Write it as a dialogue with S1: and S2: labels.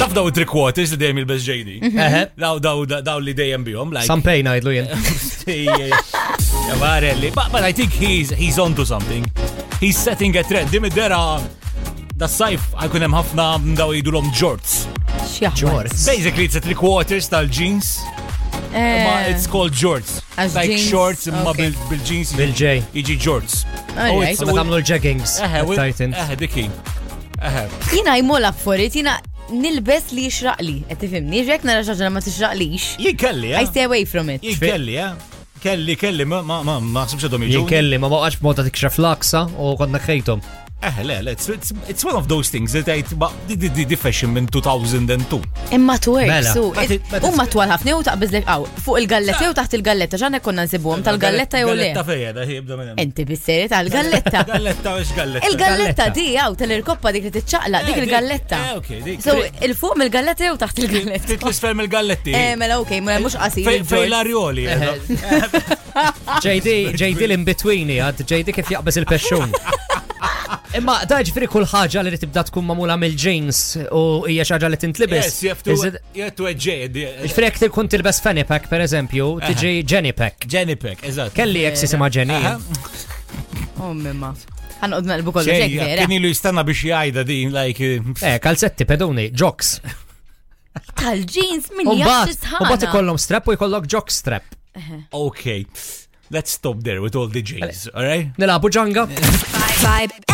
S1: taf daw trick quarters li dejjem il-best JD.
S2: Eħe.
S1: Daw daw daw li dejjem bihom. like-
S2: Sampejn għajdlu jen.
S1: Yeah, Barelli. But, but I think he's he's onto something. He's setting a trend. Dim id-dera da sajf għajkun hemm ħafna daw jidulhom jorts.
S2: Ġor.
S3: Xjaħmar.
S1: Basically it's a three quarters tal-jeans.
S3: آه،
S1: Ma it's called jorts.
S3: As
S1: like
S3: jeans,
S1: shorts imma
S3: okay.
S1: bil- bil-jeans.
S2: Bil-J.
S1: Iġi jorts.
S3: All right.
S2: Ma tamlu l-jeggings.
S1: Eħe, wi-
S2: Titans.
S1: eħe, dikki. Eħe.
S3: Jina jmoll up for it, jina nilbes li jixraqli. Qed tifhimni, ġek nara xaġa li ma tixraqlix.
S1: Jien kelli,
S3: I
S1: eh?
S3: stay away from it.
S1: Jien kelli, eh? Kelli, kelli, ma ma ma ma ħsibx għadhom
S2: Jien
S1: jiġu.
S2: kelli, ma waqax b'mod ta' tikxef l-aksa u konna xejtom.
S1: Eh, le, le, it's, it's, it's one of those things that I, ma, di, di, di, di fashion minn 2002.
S3: Imma twerk,
S2: Mela.
S3: su.
S1: Ma ti- ma ti-
S3: Umma twal ħafna u taqbiż lek għaw. Fuq il-galletta jew taħt il-galletta, ġanna konna nsibuhom tal-galletta jew le. Eh,
S1: Galletta fejja, da jibda minn hemm.
S3: Enti bisseri tal-galletta.
S1: Galletta mhux galletta.
S3: Il-galletta di għaw tal-irkoppa dik li titċaqla,
S1: Eh,
S3: dik
S1: dik-
S3: il-galletta.
S1: eh, ok, dik-
S3: So, il-fuq mill-galletta jew taħt il-galletta.
S1: Titlis ferm il-galletti.
S3: Eh, e mela, ok, ma mux qasir.
S1: Fej- Fej
S3: il-George.
S1: l-arjoli.
S3: Eh,
S2: Eħe.
S1: Ah.
S2: JD, JD l-in-betweeni, għad JD kif jaqbes il-pesċun. Imma da ġifri kull ħaġa li tibda tkun mamula mill-jeans u hija xaġa li tintlibes.
S1: Yes, you have to, you have to e edge
S2: Ġifri jek tkun tilbes fanny pack, per eżempju, tiġi Jenny pack.
S1: Jenny Peck, eżatt.
S2: Kelli jek sisima Jenny.
S1: Aha.
S3: Oh, mimma. Għanqod naqlbu kollu
S1: Xej,
S3: ġek vera.
S1: Kien ilu jistanna biex jgħajda din, like. eh,
S2: Eh, kalzetti, pedoni, jocks.
S3: Tal-ġins minn
S2: Umbat,
S3: jaxx
S2: umbat
S3: sħana.
S2: ikollom strap u jkollok jock strap.
S1: Okay, let's stop there with all the J's, all right?
S2: Nilabu ġanga.
S4: Vibe